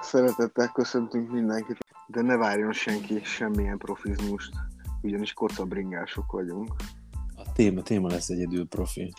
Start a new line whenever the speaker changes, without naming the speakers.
Szeretettel köszöntünk mindenkit, de ne várjon senki semmilyen profizmust, ugyanis kocabringások vagyunk.
A téma, téma lesz egyedül profi.